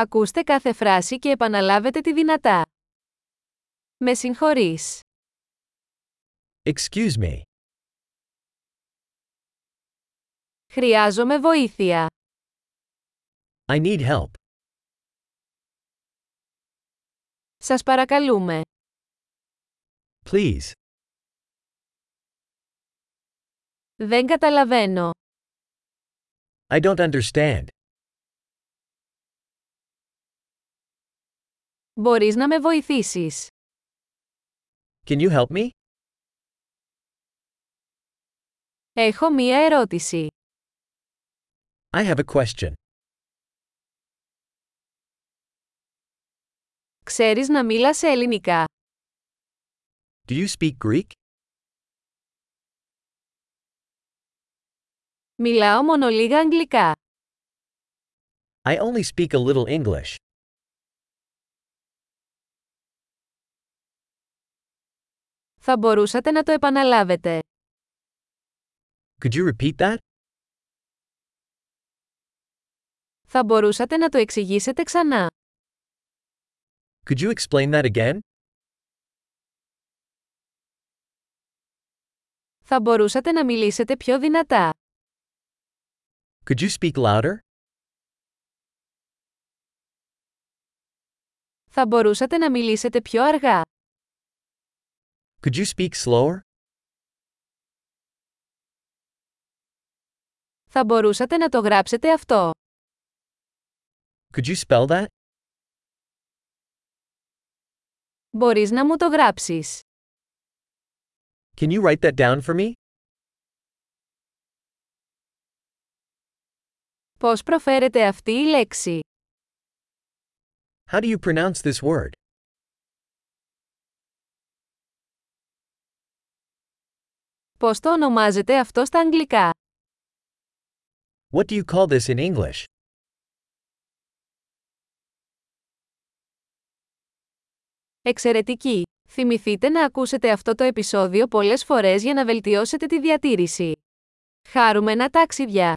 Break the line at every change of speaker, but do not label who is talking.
Ακούστε κάθε φράση και επαναλάβετε τη δυνατά. Με συγχωρείς.
Excuse me.
Χρειάζομαι βοήθεια.
I need help.
Σας παρακαλούμε.
Please.
Δεν καταλαβαίνω.
I don't understand.
Μπορείς να με βοηθήσεις.
Can you help me?
Έχω μία ερώτηση.
I have a question.
Ξέρεις να μίλας ελληνικά.
Do you speak Greek?
Μιλάω μόνο λίγα αγγλικά.
I only speak a little English.
Θα μπορούσατε να το επαναλάβετε.
Could you repeat that?
Θα μπορούσατε να το εξηγήσετε ξανά.
Could you explain that again?
Θα μπορούσατε να μιλήσετε πιο δυνατά.
Could you speak louder?
Θα μπορούσατε να μιλήσετε πιο αργά.
Could you speak slower?
Θα μπορούσατε να το γράψετε αυτό.
Could you spell that?
Μπορείς να μου το γράψεις.
Can you write that down for me?
Πώς προφέρεται αυτή η λέξη.
How do you pronounce this word?
Πώς το ονομάζετε αυτό στα αγγλικά.
What do you call this in English?
Εξαιρετική! Θυμηθείτε να ακούσετε αυτό το επεισόδιο πολλές φορές για να βελτιώσετε τη διατήρηση. Χάρουμενα ταξίδια!